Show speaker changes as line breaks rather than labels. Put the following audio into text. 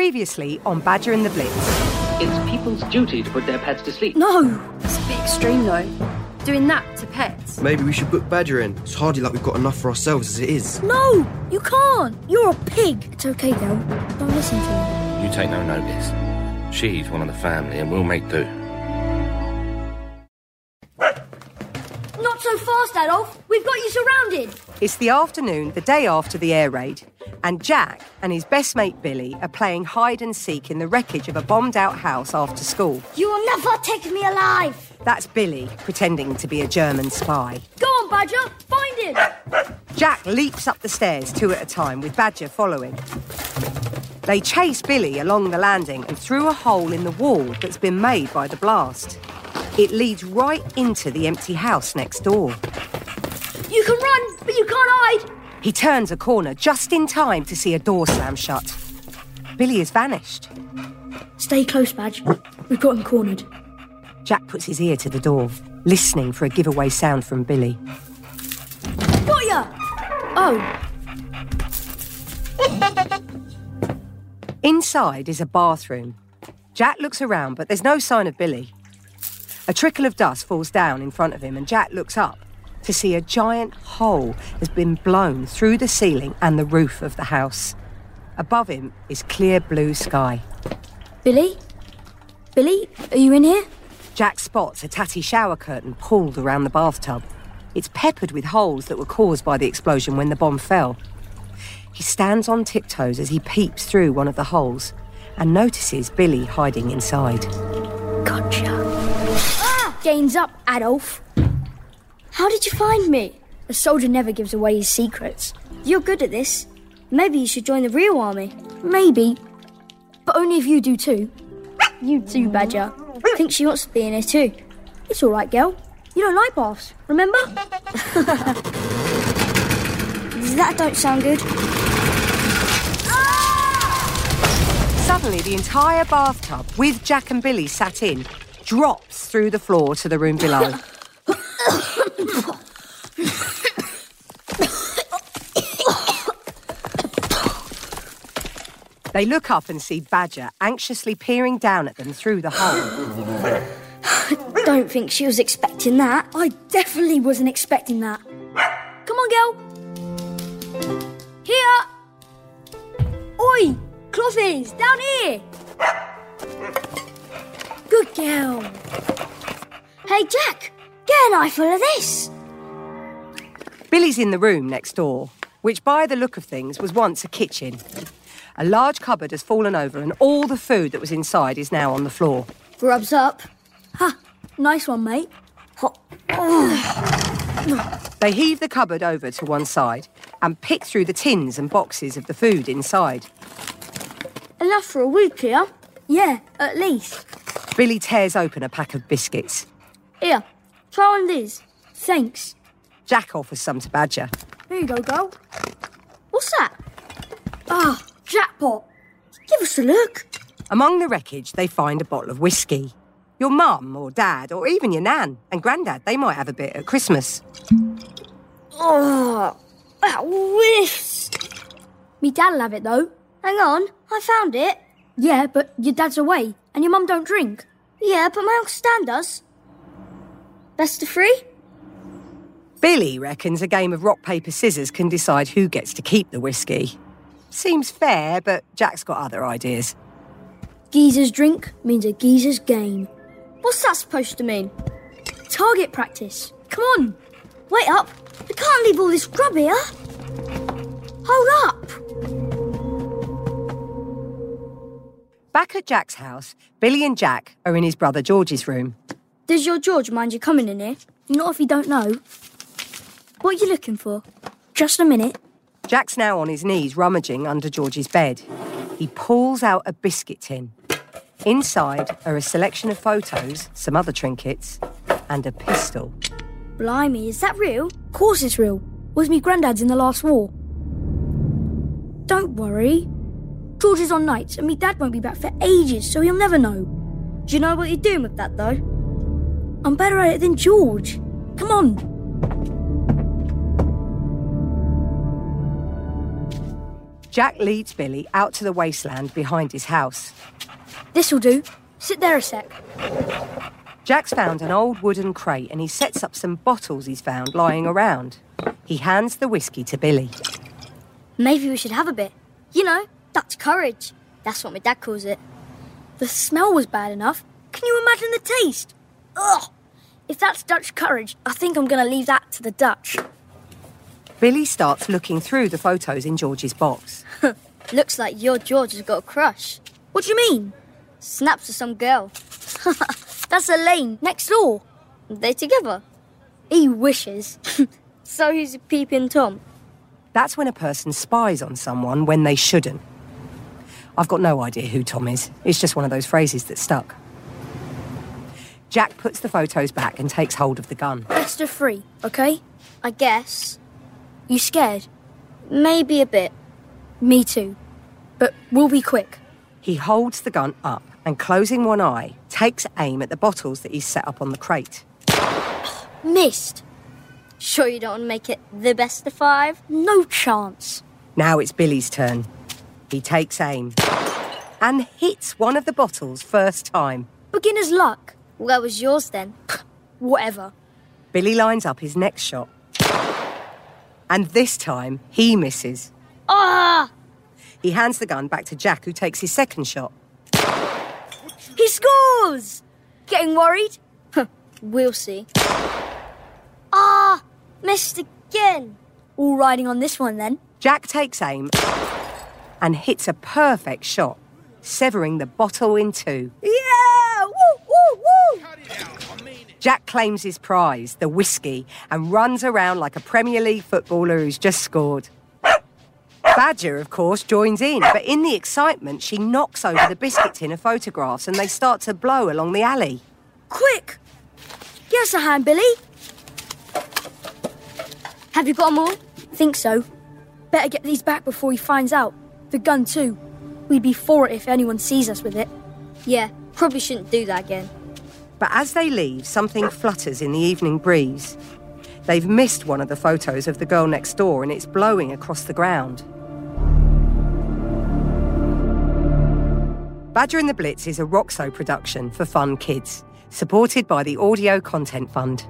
Previously on Badger and the Blitz.
It's people's duty to put their pets to sleep.
No! It's a bit extreme though. Doing that to pets.
Maybe we should book Badger in. It's hardly like we've got enough for ourselves as it is.
No! You can't! You're a pig!
It's okay, girl. Don't listen to him.
You take no notice. She's one of the family and we'll make do.
Not so fast, Adolf! We've got you surrounded!
It's the afternoon, the day after the air raid, and Jack and his best mate Billy are playing hide and seek in the wreckage of a bombed out house after school.
You will never take me alive!
That's Billy pretending to be a German spy.
Go on, Badger! Find him!
Jack leaps up the stairs two at a time with Badger following. They chase Billy along the landing and through a hole in the wall that's been made by the blast. It leads right into the empty house next door.
You can run, but you can't hide!
He turns a corner just in time to see a door slam shut. Billy has vanished.
Stay close, Badge. We've got him cornered.
Jack puts his ear to the door, listening for a giveaway sound from Billy.
Got ya! Oh,
Inside is a bathroom. Jack looks around, but there's no sign of Billy. A trickle of dust falls down in front of him, and Jack looks up to see a giant hole has been blown through the ceiling and the roof of the house. Above him is clear blue sky.
Billy? Billy, are you in here?
Jack spots a tatty shower curtain pulled around the bathtub. It's peppered with holes that were caused by the explosion when the bomb fell. He stands on tiptoes as he peeps through one of the holes and notices Billy hiding inside.
Gotcha. Game's up, Adolf.
how did you find me?
A soldier never gives away his secrets.
You're good at this. Maybe you should join the real army.
Maybe. But only if you do too. You too, Badger.
I think she wants to be in it too.
It's alright, girl. You don't like baths.
Remember? that don't sound good.
Suddenly, the entire bathtub, with Jack and Billy sat in, drops through the floor to the room below. they look up and see Badger anxiously peering down at them through the hole.
Don't think she was expecting that.
I definitely wasn't expecting that.
Come on, girl. Here. Oi, Clothies, down here.
Good girl.
Hey, Jack, get an eyeful of this.
Billy's in the room next door, which, by the look of things, was once a kitchen. A large cupboard has fallen over, and all the food that was inside is now on the floor.
Grubs up.
Ha! Nice one, mate.
They heave the cupboard over to one side and pick through the tins and boxes of the food inside.
Enough for a week here.
Yeah, at least.
Billy tears open a pack of biscuits.
Here, try on these.
Thanks.
Jack offers some to Badger.
Here you go, girl.
What's that?
Ah, jackpot. Give us a look.
Among the wreckage, they find a bottle of whiskey. Your mum or dad or even your nan and grandad, they might have a bit at Christmas.
Oh, that whiffs.
Me dad'll have it though.
Hang on, I found it.
Yeah, but your dad's away and your mum don't drink.
Yeah, but my Uncle Stan does. Best of three?
Billy reckons a game of rock, paper, scissors can decide who gets to keep the whiskey. Seems fair, but Jack's got other ideas.
Geezer's drink means a geezer's game.
What's that supposed to mean?
Target practice. Come on.
Wait up. I can't leave all this grub here. Hold up.
Back at Jack's house, Billy and Jack are in his brother George's room.
Does your George mind you coming in here?
Not if you don't know. What are you looking for? Just a minute.
Jack's now on his knees rummaging under George's bed. He pulls out a biscuit tin. Inside are a selection of photos, some other trinkets, and a pistol.
Blimey, is that real?
Of course it's real. Was me granddad's in the last war. Don't worry. George is on nights and me dad won't be back for ages, so he'll never know.
Do you know what you're doing with that though?
I'm better at it than George. Come on.
Jack leads Billy out to the wasteland behind his house.
This'll do. Sit there a sec.
Jack's found an old wooden crate and he sets up some bottles he's found lying around. He hands the whiskey to Billy.
Maybe we should have a bit. You know, Dutch courage. That's what my dad calls it.
The smell was bad enough. Can you imagine the taste? Ugh! If that's Dutch courage, I think I'm gonna leave that to the Dutch.
Billy starts looking through the photos in George's box.
Looks like your George has got a crush.
What do you mean?
Snaps to some girl.
That's Elaine, next door.
They together.
He wishes.
So he's a peeping Tom.
That's when a person spies on someone when they shouldn't. I've got no idea who Tom is. It's just one of those phrases that stuck. Jack puts the photos back and takes hold of the gun.
Best of three, okay?
I guess.
You scared?
Maybe a bit.
Me too. But we'll be quick.
He holds the gun up and, closing one eye, takes aim at the bottles that he's set up on the crate.
Missed.
Sure you don't want to make it the best of five?
No chance.
Now it's Billy's turn. He takes aim and hits one of the bottles first time.
Beginner's luck.
Where was yours then?
Whatever.
Billy lines up his next shot. And this time he misses.
Ah!
He hands the gun back to Jack, who takes his second shot.
He scores! Getting worried?
We'll see. Ah! Missed again!
All riding on this one then.
Jack takes aim and hits a perfect shot, severing the bottle in two.
Yeah! Woo, woo, woo!
Jack claims his prize, the whiskey, and runs around like a Premier League footballer who's just scored. Badger, of course, joins in, but in the excitement, she knocks over the biscuit tin of photographs and they start to blow along the alley.
Quick! Give us a hand, Billy.
Have you got 'em all?
Think so. Better get these back before he finds out. The gun, too. We'd be for it if anyone sees us with it.
Yeah, probably shouldn't do that again.
But as they leave, something flutters in the evening breeze. They've missed one of the photos of the girl next door and it's blowing across the ground. Badger and the Blitz is a Roxo production for Fun Kids, supported by the Audio Content Fund.